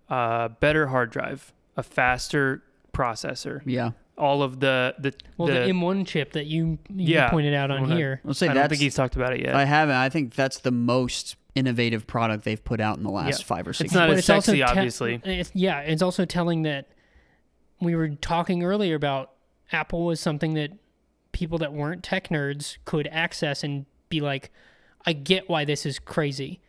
S2: Uh, better hard drive, a faster processor.
S1: Yeah.
S2: All of the the,
S3: well,
S2: the,
S3: the, M1 chip that you, you
S2: Yeah.
S3: pointed out on
S2: Well, that-
S3: here.
S1: I'll say
S2: I don't
S1: that's
S2: think he's talked about it yet.
S1: I haven't. I think that's the most innovative product they've put out in the last
S2: Yeah.
S1: 5 or 6
S2: It's not
S3: But
S2: as
S3: it's also
S2: sexy,
S3: te-
S2: obviously.
S3: it's- yeah, it's also telling that we were talking earlier about Apple was something that people that weren't tech nerds could access and be like, I get why this is crazy.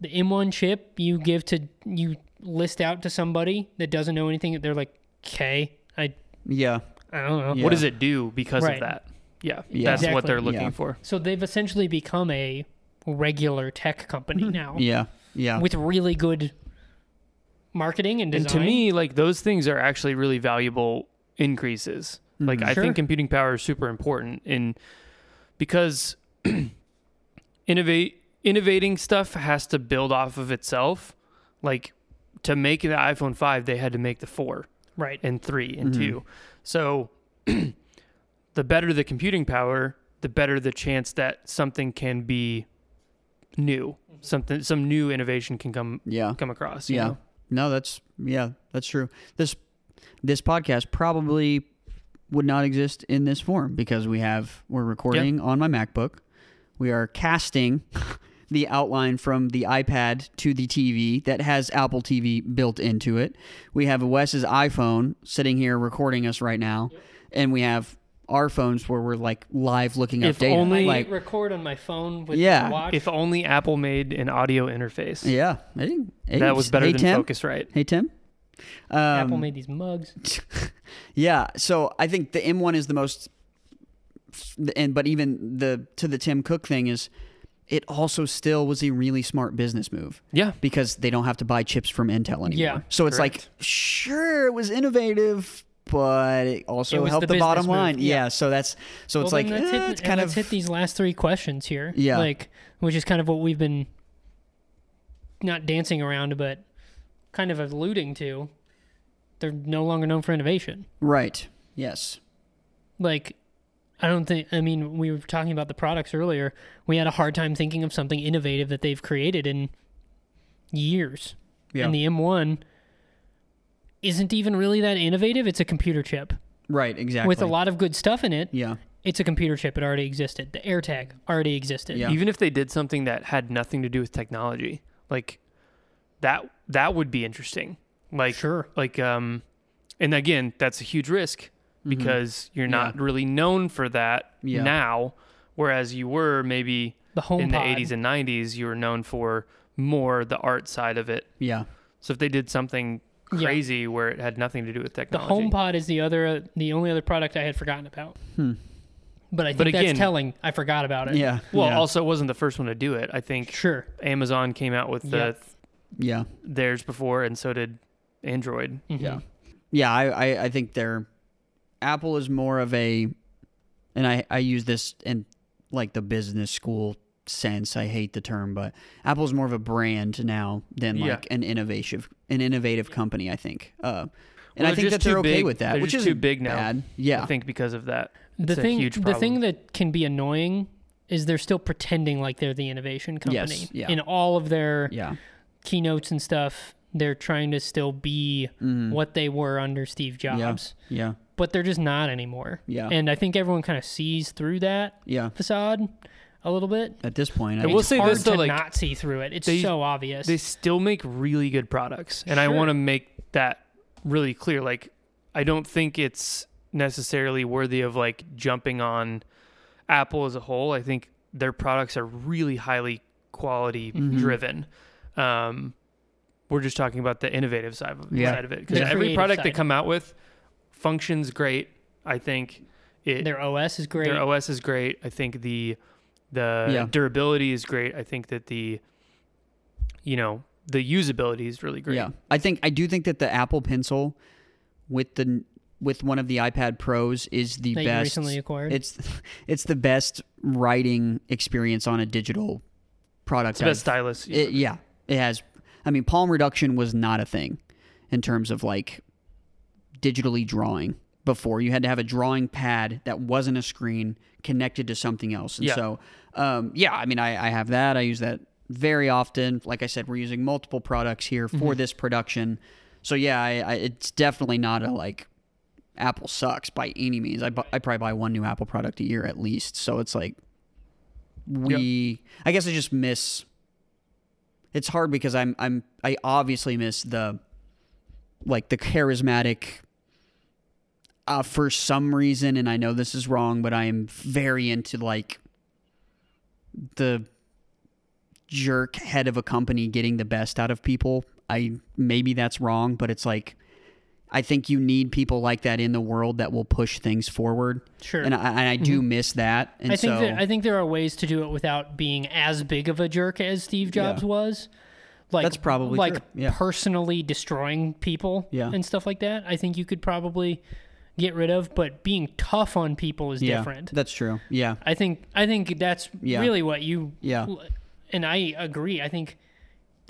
S3: The M1 chip you give to you list out to somebody that doesn't know anything, they're like, okay, I
S1: Yeah.
S3: I don't know.
S1: Yeah.
S2: What does it do because
S3: Right.
S2: of that? Yeah,
S1: Yeah.
S2: that's what
S3: Exactly.
S2: they're looking
S1: Yeah.
S2: for.
S3: So they've essentially become a regular tech company now
S1: Yeah. Yeah.
S3: with really good marketing and design.
S2: And to me, like those things are actually really valuable increases. Like I
S3: Mm-hmm. Sure.
S2: think computing power is super important in because innovate innovating stuff has to build off of itself. Like to make the iPhone 5, they had to make the 4
S3: right?
S2: and 3
S3: Mm-hmm.
S2: and 2. So the better the computing power, the better the chance that something can be new.
S3: Mm-hmm.
S2: Something some new innovation can come
S1: Yeah.
S2: come across, you
S1: Yeah.
S2: know?
S1: No, that's yeah, that's true. This this podcast probably would not exist in this form because we have we're recording on my MacBook. We are casting the outline from the iPad to the TV that has Apple TV built into it. We have Wes's iPhone sitting here recording us right now, and we have our phones where we're like live looking up
S2: If
S1: data.
S2: only-
S1: like,
S3: record on my phone with
S1: Yeah.
S3: the watch.
S2: If only Apple made an audio interface.
S1: yeah, hey, hey,
S2: That was better
S1: hey,
S2: than
S1: Tim.
S2: Focusrite.
S1: Hey Tim. Um,
S3: Apple made these mugs.
S1: Yeah, so I think the M1 is the most and but even the to the Tim Cook thing is it also still was a really smart business move
S2: Yeah.
S1: because they don't have to buy chips from Intel anymore.
S3: Yeah,
S1: so it's
S2: correct.
S1: like sure it was innovative but it
S3: It
S1: also
S3: was
S1: helped
S3: the
S1: the, bottom
S3: business move,
S1: line.
S3: yeah.
S1: Yeah. so that's so it's
S3: well,
S1: like
S3: then let's,
S1: eh,
S3: hit,
S1: it's kind
S3: let's
S1: of
S3: hit these last three questions here.
S1: Yeah.
S3: like which is kind of what we've been not dancing around, but kind of alluding to. They're no longer known for innovation.
S1: right. Yes.
S3: Like, I don't think. I mean, we were talking about the products earlier. We had a hard time thinking of something innovative that they've created in years.
S1: Yeah.
S3: And the M1 isn't even really that innovative. It's a computer chip
S1: right, exactly.
S3: with a lot of good stuff in it.
S1: Yeah.
S3: It's a computer chip. It already existed. The AirTag already existed.
S1: Yeah.
S2: Even if they did something that had nothing to do with technology, like that that would be interesting. Like
S3: Sure.
S2: Like um and again, that's a huge risk because you're not really known for that
S1: Mm-hmm. Yeah.
S2: now whereas you were maybe
S3: The home
S2: in the 80s and 90s you were known for more the art side of it.
S1: Yeah. the
S2: So if they did something
S3: Yeah.
S2: crazy where it had nothing to do with
S3: The
S2: technology.
S3: HomePod is the other, the only other product I had forgotten about. But I think
S2: But again-
S3: that's telling. I forgot about it.
S1: Hmm. Yeah.
S2: Well,
S1: yeah.
S2: also it wasn't the first one to do it. I think
S3: Sure.
S2: Amazon came out with the,
S3: Yeah.
S1: yeah.
S2: theirs before, and so did Android.
S3: Mm-hmm.
S1: Yeah. Mm-hmm. Yeah, I, I, I think they're Apple is more of a and I, I use this in like the business school sense. I hate the term, but Apple's more of a brand now than
S2: Yeah.
S1: like an innovative an innovative company, I think. Uh and
S2: Well,
S1: I
S2: they're
S1: think
S2: just
S1: that they're
S2: too
S1: okay
S2: big.
S1: with that,
S2: They're
S1: which
S2: just
S1: is
S2: too big now,
S1: Bad. Yeah,
S2: I think because of that,
S3: The
S2: it's
S3: thing,
S2: a huge
S3: the
S2: problem.
S3: thing that can be annoying is they're still pretending like they're the innovation company
S1: Yes, yeah.
S3: in all of their
S1: yeah,
S3: keynotes and stuff. They're trying to still be what they were under Steve Jobs,
S1: Mm. Mm-hmm. yeah,
S3: but they're just not anymore.
S1: Yeah.
S3: And I think everyone kind of sees through that
S1: yeah.
S3: facade a little bit.
S1: At this point, I
S2: I
S1: mean,
S2: will
S3: it's
S2: say
S3: hard
S2: this though,
S3: to
S2: like
S3: not see through it. It's
S2: they-
S3: so obvious.
S2: they still make really good products, and I
S3: Sure.
S2: want to make that really clear. Like, I don't think it's necessarily worthy of like jumping on Apple as a whole. I think their products are really highly quality
S1: Mm-hmm.
S2: driven. Um, we're just talking about the innovative side of,
S1: Yeah.
S2: side of it because
S3: The
S2: every
S3: creative
S2: product they
S3: side.
S2: come out with functions great. I think it
S3: their OS is great.
S2: their OS is great. I think the the
S1: Yeah.
S2: durability is great. I think that the you know the usability is really great.
S1: Yeah, I think I do think that the Apple Pencil with the with one of the iPad Pros is the
S3: That you
S1: best.
S3: recently acquired?
S1: It's it's the best writing experience on a digital product.
S2: it's the
S1: I've-
S2: best stylus.
S1: it- yeah, it has. I mean, palm reduction was not a thing in terms of like digitally drawing before. You had to have a drawing pad that wasn't a screen connected to something else. And
S2: Yeah.
S1: so, um, yeah, I mean, I, I have that. I use that very often. Like I said, we're using multiple products here for this production. So, yeah, I, I, it's definitely not a like Apple sucks by any means. I, bu- I probably buy one new Apple product a year at least. So it's like, we, I guess I just miss. It's hard because I'm, I'm, I obviously miss the, like the charismatic uh, for some reason, and I know this is wrong, but I am very into like the jerk head of a company getting the best out of people. I maybe that's wrong, but it's like I think you need people like that in the world that will push things forward.
S3: Sure. Mm-hmm.
S1: and I, and I do miss that. And
S3: I think
S1: so,
S3: that, I think there are ways to do it without being as big of a jerk as Steve Jobs was. like
S1: That's probably
S3: like
S1: true, yeah.
S3: personally destroying people
S1: Yeah.
S3: and stuff like that. I think you could probably get rid of, but being tough on people is
S1: yeah,
S3: different.
S1: That's true. Yeah.
S3: I think I think that's
S1: Yeah.
S3: really what you
S1: Yeah.
S3: and I agree. I think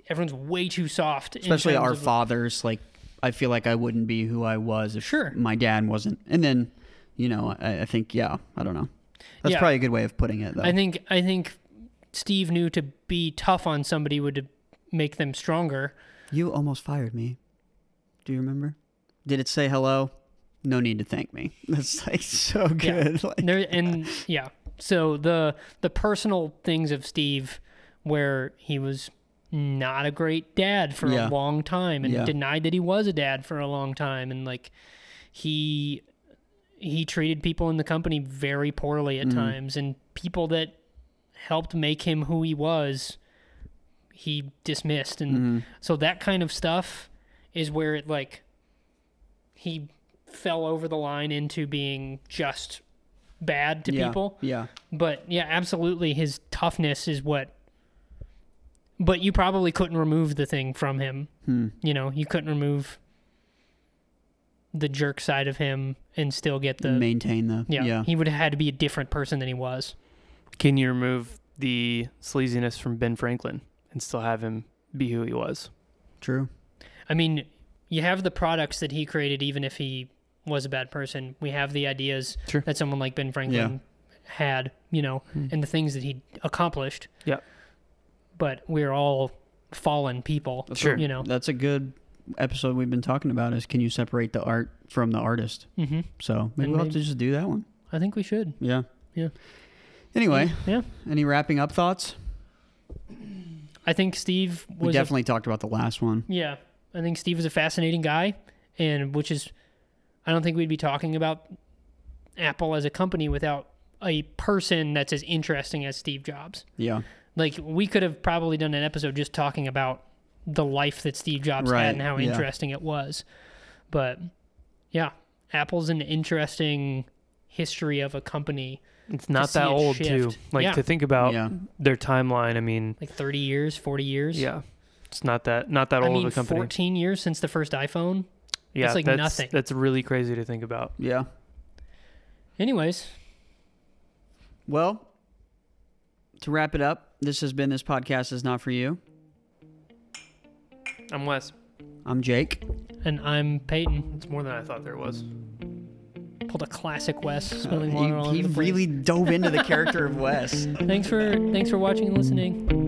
S3: everyone's way too soft, in
S1: Especially
S3: terms
S1: our
S3: of-
S1: fathers. Like, I feel like I wouldn't be who I was if
S3: Sure.
S1: my dad wasn't. And then, you know, I, I think, yeah, I don't know. That's
S3: Yeah.
S1: probably a good way of putting it, though.
S3: I think I think Steve knew to be tough on somebody would make them stronger.
S1: you almost fired me. Do you remember? Did it say hello? No need to thank me. That's like so
S3: Yeah.
S1: good. Like,
S3: There and yeah. So the the personal things of Steve where he was not a great dad for
S1: Yeah.
S3: a long time and
S1: Yeah.
S3: denied that he was a dad for a long time and like he he treated people in the company very poorly
S1: Mm-hmm.
S3: at times and people that helped make him who he was he dismissed and
S1: Mm-hmm.
S3: so that kind of stuff is where it like he fell over the line into being just bad to
S1: yeah,
S3: people
S1: Yeah.
S3: but yeah absolutely his toughness is what but you probably couldn't remove the thing from him
S1: Hmm.
S3: you know you couldn't remove the jerk side of him and still get the
S1: Maintain the.
S3: yeah,
S1: Yeah.
S3: he would have had to be a different person than he was
S2: Can you remove the sleaziness from Ben Franklin and still have him be who he was?
S1: True.
S3: i mean you have the products that he created even if he was a bad person we have the ideas
S2: Sure.
S3: that someone like ben franklin had you know
S1: Hmm.
S3: and the things that he accomplished
S2: Yeah.
S3: but we're all fallen people
S1: That's
S2: Sure.
S3: you know
S1: That's a good episode we've been talking about is can you separate the art from the artist?
S3: hmm
S1: So maybe
S3: And
S1: we'll have
S3: maybe-
S1: to just do that one.
S3: i think we should
S1: Yeah.
S3: Yeah. Mm-hmm.
S1: Anyway,
S3: yeah
S1: any wrapping up thoughts?
S3: I think Steve
S1: We
S3: was a-
S1: definitely talked about the last one.
S3: yeah. I think Steve is a fascinating guy, and which is, I don't think we'd be talking about Apple as a company without a person that's as interesting as Steve Jobs.
S1: Yeah.
S3: Like we could have probably done an episode just talking about the life that Steve Jobs
S1: Right,
S3: had and how
S1: yeah.
S3: interesting it was. But yeah, Apple's an interesting history of a company,
S2: It's not
S3: see
S2: that
S3: it
S2: old, too.
S3: shift.
S2: Like
S3: Yeah.
S2: to think about
S1: yeah.
S2: their timeline. I mean,
S3: like 30 years, 40 years.
S2: yeah, it's not that not that
S3: I
S2: old
S3: mean,
S2: of a company.
S3: 14 years since the first iPhone.
S2: yeah,
S3: it's like
S2: that's,
S3: nothing.
S2: That's really crazy to think about.
S1: Yeah.
S3: Anyways,
S1: Well, to wrap it up, this has been this podcast is not for you.
S2: I'm Wes.
S1: I'm Jake.
S3: and I'm Peyton.
S2: It's more than I thought there was.
S3: pulled a classic Wes
S1: Uh,
S3: spilling water all
S1: he
S3: over
S1: he
S3: the place.
S1: really dove into the character of Wes.
S3: Thanks for thanks for watching and listening.